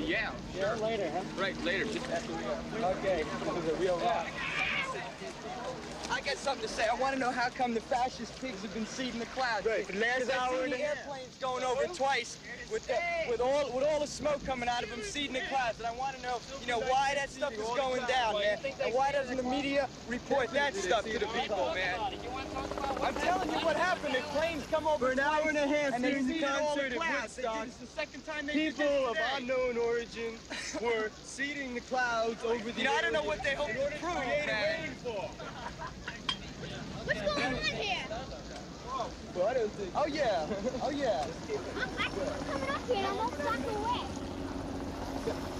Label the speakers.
Speaker 1: yeah,
Speaker 2: Yeah, later, huh?
Speaker 1: right, later. Just-
Speaker 2: Okay, this is a real rock. I got something to say. I want to know how come the fascist pigs have been seeding the clouds.
Speaker 3: Right.
Speaker 2: The last
Speaker 3: 'Cause I
Speaker 2: hour
Speaker 3: seen
Speaker 2: and
Speaker 3: the
Speaker 2: the airplanes going over twice with the, with all with all the smoke coming out of them seeding the clouds. And I want to know, you know, why that stuff is going down, man. And why doesn't the media report that stuff to the people, man? I'm telling you what happened. The planes come over
Speaker 3: For an
Speaker 2: twice,
Speaker 3: hour and a half
Speaker 2: and they
Speaker 3: during the
Speaker 2: seeded all
Speaker 3: concert
Speaker 2: the
Speaker 3: at
Speaker 2: clouds. They
Speaker 3: Woodstock,
Speaker 2: did- It's the second time they did
Speaker 3: People
Speaker 2: this
Speaker 3: of
Speaker 2: today.
Speaker 3: unknown origin were seeding the clouds over the
Speaker 2: You know, I don't know
Speaker 3: area
Speaker 2: what they hope
Speaker 3: in
Speaker 2: to
Speaker 3: order
Speaker 2: prove,
Speaker 3: create a
Speaker 2: man.
Speaker 3: rainfall.
Speaker 4: What's going on here?
Speaker 3: Well, I don't think.
Speaker 2: Oh yeah, oh yeah.
Speaker 4: I'm, I keep coming up here and I'm all blocked away.